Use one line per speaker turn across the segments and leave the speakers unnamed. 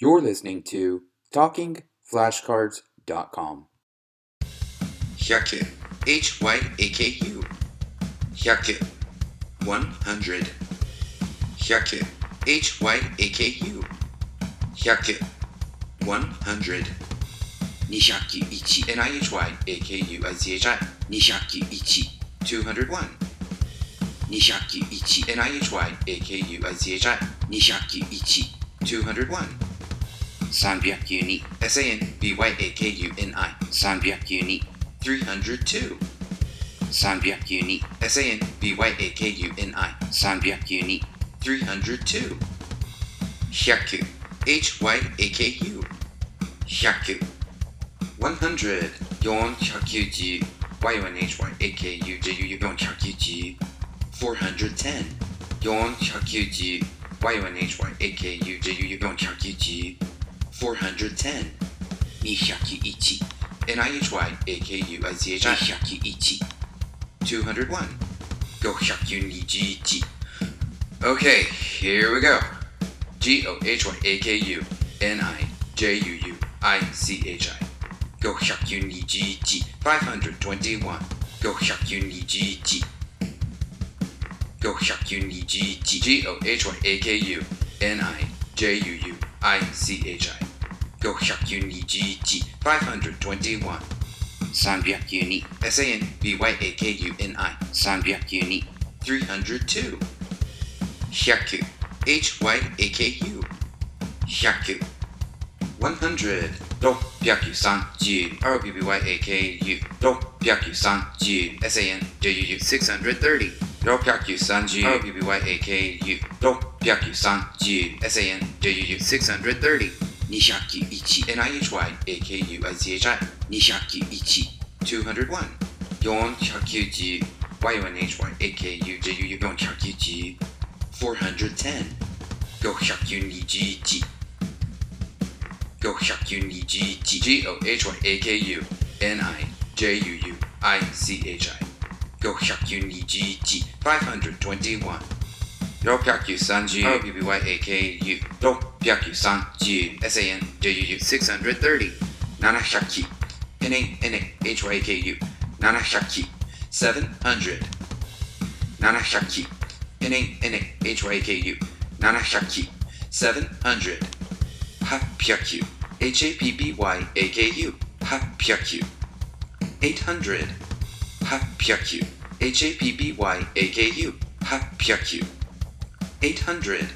You're listening to TalkingFlashcards.com.
Hyaku. H Y A K U. Hyaku. 100. Hyaku. H Y A K U. Hyaku. 100. 201. N I H Y A K U I C H I. 201. 201. 201. N I H Y A K U I C H I. 201. 201. 302. S A N B Y A K U N I. 302. 302. 302. S A N B Y A K U N I. 302. 302. Hyaku. H Y A K U. Hyaku. 100. 490. Y O N H Y A K U J U U 490. 410. 490. Y O N H Y A K U J U U 490. 410. 201. NIHYAKUICHI 201. 201. 521. Okay, here we go. G O H Y A K U N I J U U I C H I. Go Hyuk Uni G G 521. Go Hyuk Uni G G. Go Hyuk Uni G G G O H Y A K U N I J U U I C H I. Go Hyuk Uni G G 521. Sanbyak Uni S A N B Y A K U N I. Sanbyak Uni 302. Hyaku H Y A K U. Hyaku 100 630 R-O-B-B-Y-A-K-U 630 S-A-N-J-U-U 630 630 R-O-B-B-Y-A-K-U 630 S-A-N-J-U-U 630 201 N-I-H-Y-A-K-U-I-C-H-I 201 201 490 Y-O-N-H-Y-A-K-U-J-U-U 490 410 520 Go Hyakuni G G G O H Y A K U N I J U U I C H I. Go Hyakuni G G 521. Ropyaku Sanji R B B Y A K U. Ropyaku Sanji S A N J U U 630. Nanashaki N A N A H Y A K U. Nanashaki 700. Nanashaki N A N A H Y A K U. Nanashaki 700. Hapyaku. H A P P Y A K U. Hapyaku. 800. Hapyaku. H A P P Y A K U. Hapyaku. 800.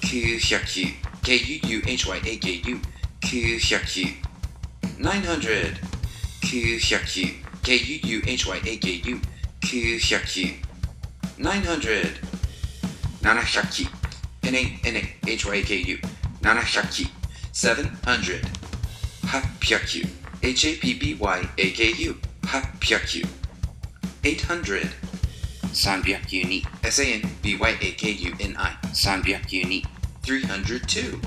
Kuhyaku. K U U H Y A K U. Kuhyaku. 900. Kuhyaku. K U U H Y A K U. Kuhyaku. 900. Nanashaki. N A N A H Y A K U. Nanashaki 700 Hapyaku H A P P Y A K U Hapyaku 800 Sanbyaku S A N B Y A K U N I Sanbyaku 302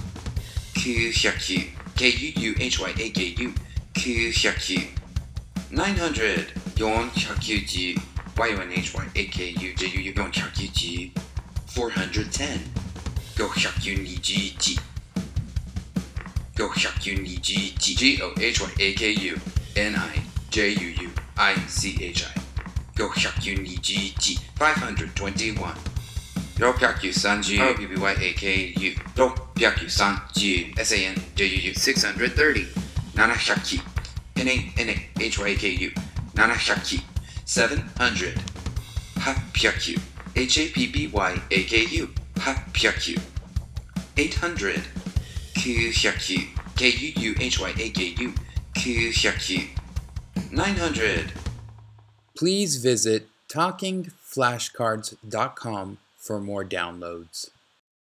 Kuhyaku K U U H Y A K U Kuhyaku 900 490 Y O N H Y A K U J U U 490 410 520 G Go Hyakuni G G G O H Y A K U N I J U U I C H I. Go Hyakuni G G 521. Ropyaku Sanji R B B Y A K U. Ropyaku Sanji S A N J U U 630. Nanashaki N A N A H Y A K U. Nanashaki 700. Hapyaku H A P P Y A K U. Hapyaku 800. Kuhyaku. K U U H Y A K U. Kuhyaku. 900.
Please visit TalkingFlashcards.com for more downloads.